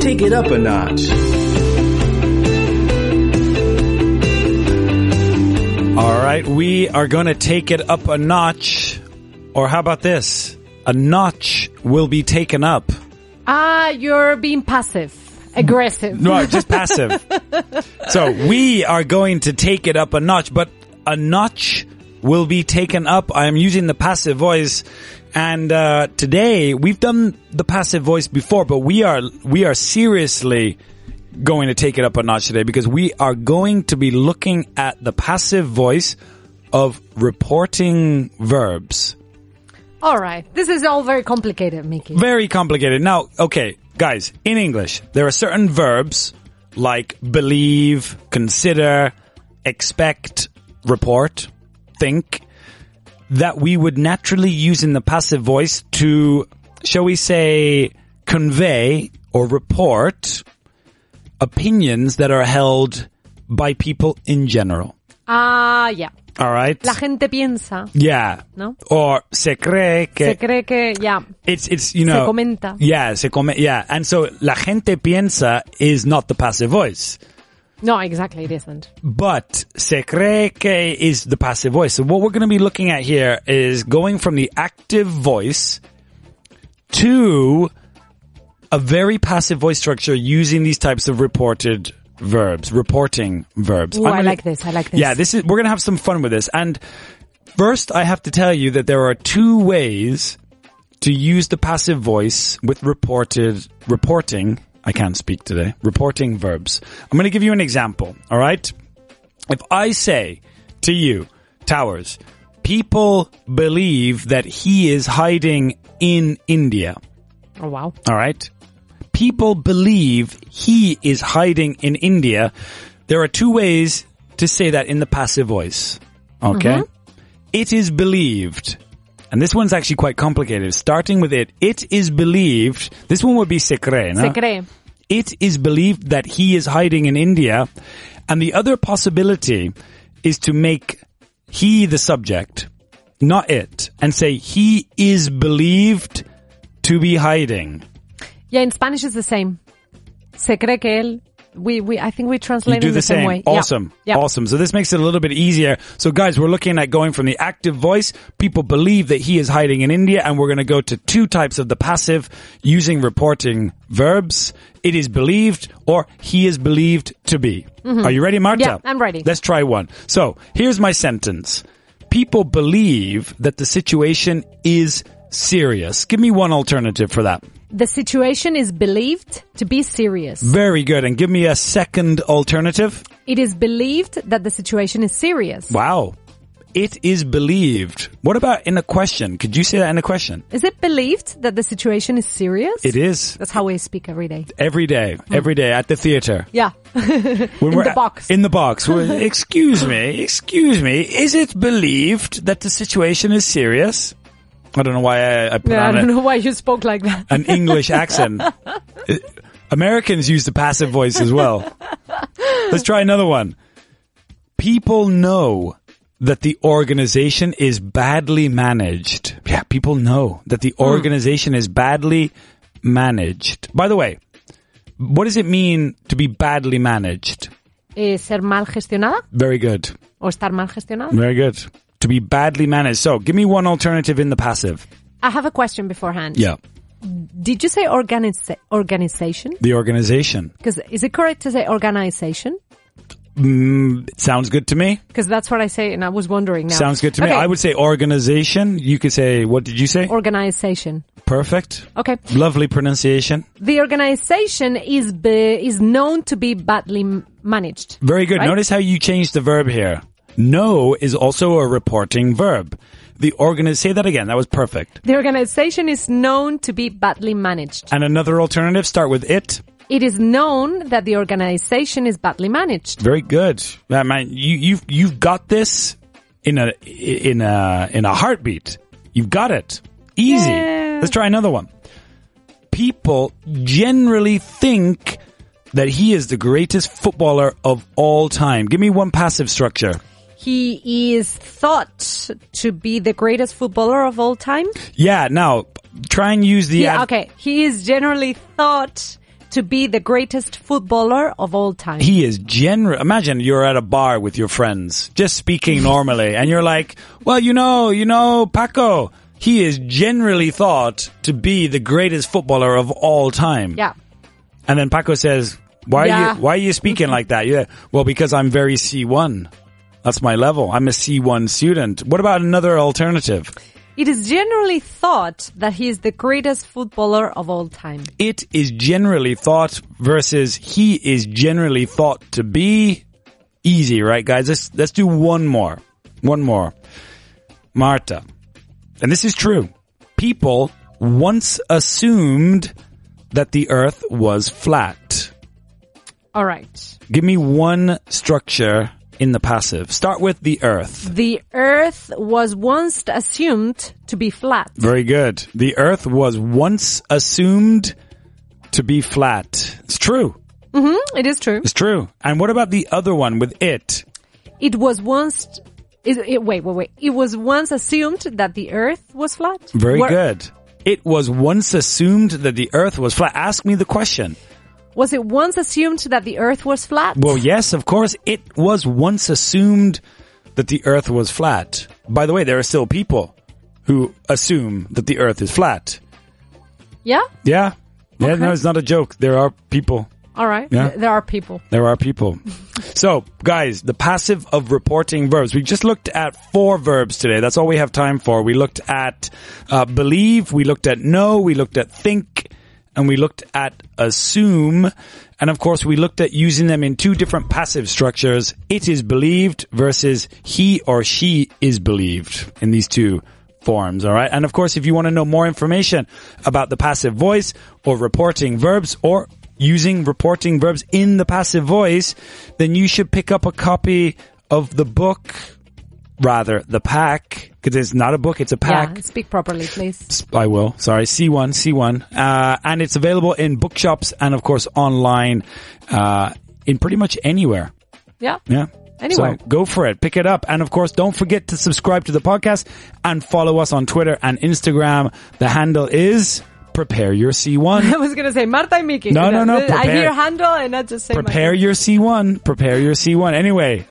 take it up a notch. All right, we are going to take it up a notch. Or how about this? A notch will be taken up. Ah, you're being passive, aggressive. No, just passive. so we are going to take it up a notch, but a notch will be taken up. I am using the passive voice, and uh, today we've done the passive voice before, but we are we are seriously going to take it up a notch today because we are going to be looking at the passive voice of reporting verbs. All right. This is all very complicated, Mickey. Very complicated. Now, okay, guys, in English, there are certain verbs like believe, consider, expect, report, think that we would naturally use in the passive voice to, shall we say, convey or report opinions that are held by people in general. Ah, yeah. All right. La gente piensa. Yeah. No? Or se cree que Se cree que, yeah. it's it's you know comenta. Yeah, se come yeah. And so la gente piensa is not the passive voice, No, exactly. It isn't. but se cree que is the passive voice. So what we're going to be looking at here is going from the active voice to a very passive voice structure using these types of reported verbs, reporting verbs. Ooh, I'm I gonna- like this. I like this. yeah, this is we're gonna have some fun with this. And first, I have to tell you that there are two ways to use the passive voice with reported reporting. I can't speak today. Reporting verbs. I'm gonna give you an example. All right. If I say to you, Towers, people believe that he is hiding in India. Oh, wow. All right. People believe he is hiding in India. There are two ways to say that in the passive voice. Okay. It is believed. And this one's actually quite complicated. Starting with it, it is believed. This one would be se cree, no? Se cree. It is believed that he is hiding in India. And the other possibility is to make he the subject, not it, and say he is believed to be hiding. Yeah, in Spanish it's the same. Se cree que él. We, we, I think we translate You do in the same. way. Yeah. Awesome. Yeah. Awesome. So this makes it a little bit easier. So guys, we're looking at going from the active voice. People believe that he is hiding in India and we're going to go to two types of the passive using reporting verbs. It is believed or he is believed to be. Are you ready, Marta? Mm-hmm. Yeah, I'm ready. Let's try one. So here's my sentence. People believe that the situation is serious. Give me one alternative for that. The situation is believed to be serious. Very good. And give me a second alternative. It is believed that the situation is serious. Wow. It is believed. What about in a question? Could you say that in a question? Is it believed that the situation is serious? It is. That's how we speak every day. Every day, every day at the theater. Yeah. When Hmm. the box. In the box. We're- excuse me, excuse me. Is it believed that the situation is serious? I don't know why I, I put Yeah, I on don't a- know why you spoke like that. an English accent. Uh, Americans use the passive voice as well. Let's try another one. People know that the organization is badly managed. Yeah, people know that the organization is badly managed. By the way, what does it mean to be badly managed? Eh, ser mal gestionada Very good. o estar mal gestionada. Very good. To be badly managed. So give me one alternative in the passive. I have a question beforehand. Yeah. Did you say organiza- organization? The organization. Because is it correct to say organization? It Mm, sounds good to me. Because that's what I say, and I was wondering now. Sounds good to me. Okay. I would say organization. You could say, what did you say? organization. Perfect. Okay, Lovely pronunciation. the organization is be- is known to be badly m- managed. Very good. Right? Notice how you changed the verb here. Know is also a reporting verb. The organi- say that again. That was perfect. The organization is known to be badly managed. And another alternative, start with it. It is known that the organization is badly managed. Very good. That man, you, you've, you've got this in a, in a, in a heartbeat. You've got it. Easy. Yeah. Let's try another one. People generally think that he is the greatest footballer of all time. Give me one passive structure. He is thought to be the greatest footballer of all time. Yeah, now try and use the Yeah, ad- okay. He is generally thought to to be the greatest footballer of all time. He is generous. Imagine you're at a bar with your friends, just speaking normally, and you're like, well, you know, you know, Paco, he is generally thought to be the greatest footballer of all time. yeah. And then Paco says, why are Yeah. you, why are you speaking like that? You're like, well, because I'm very C1. That's my level. I'm a C1 student. What about another alternative? It is generally thought that he is the greatest footballer of all time. It is generally thought versus he is generally thought to be easy, right guys? Let's, let's do one more. One more. Marta. And this is true. People once assumed that the earth was flat. All right. Give me one structure in the passive. Start with the earth. The earth was once assumed to be flat. Very good. The earth was once assumed to be flat. It's true. It is true. It's true. And what about the other one with it? It was once it, it, wait, wait, wait. It was once assumed that the earth was flat. Very Were- good. It was once assumed that the earth was flat. Ask me the question. Was it once assumed that the earth was flat? Well, yes, of course. It was once assumed that the earth was flat. By the way, there are still people who assume that the earth is flat. yeah. Yeah. Yeah, Okay. no, it's not a joke. There are people All right. Yeah. Th- There are people. There are people. so, guys, the passive of reporting verbs. We just looked at four verbs today. That's all we have time for. We looked at uh, believe, we looked at know, we looked at think, and we looked at assume. And of course, we looked at using them in two different passive structures. It is believed versus he or she is believed in these two forms. All right. And of course, if you want to know more information about the passive voice or reporting verbs or using reporting verbs in the passive voice, then you should pick up a copy of the book, rather the pack, because it's not a book, it's a pack. Yeah. Speak properly, please. S- I will. Sorry, C1, C1, uh, and it's available in bookshops and of course online, uh, in pretty much anywhere. Yeah. Yeah. Anyway. So go for it. Pick it up. And of course, don't forget to subscribe to the podcast and follow us on Twitter and Instagram. The handle is prepare your C1. I was gonna say Marta and Mickey. No, And no, no, I- I prepare- hear handle and I just say my- prepare your C1. Prepare your C1. Anyway,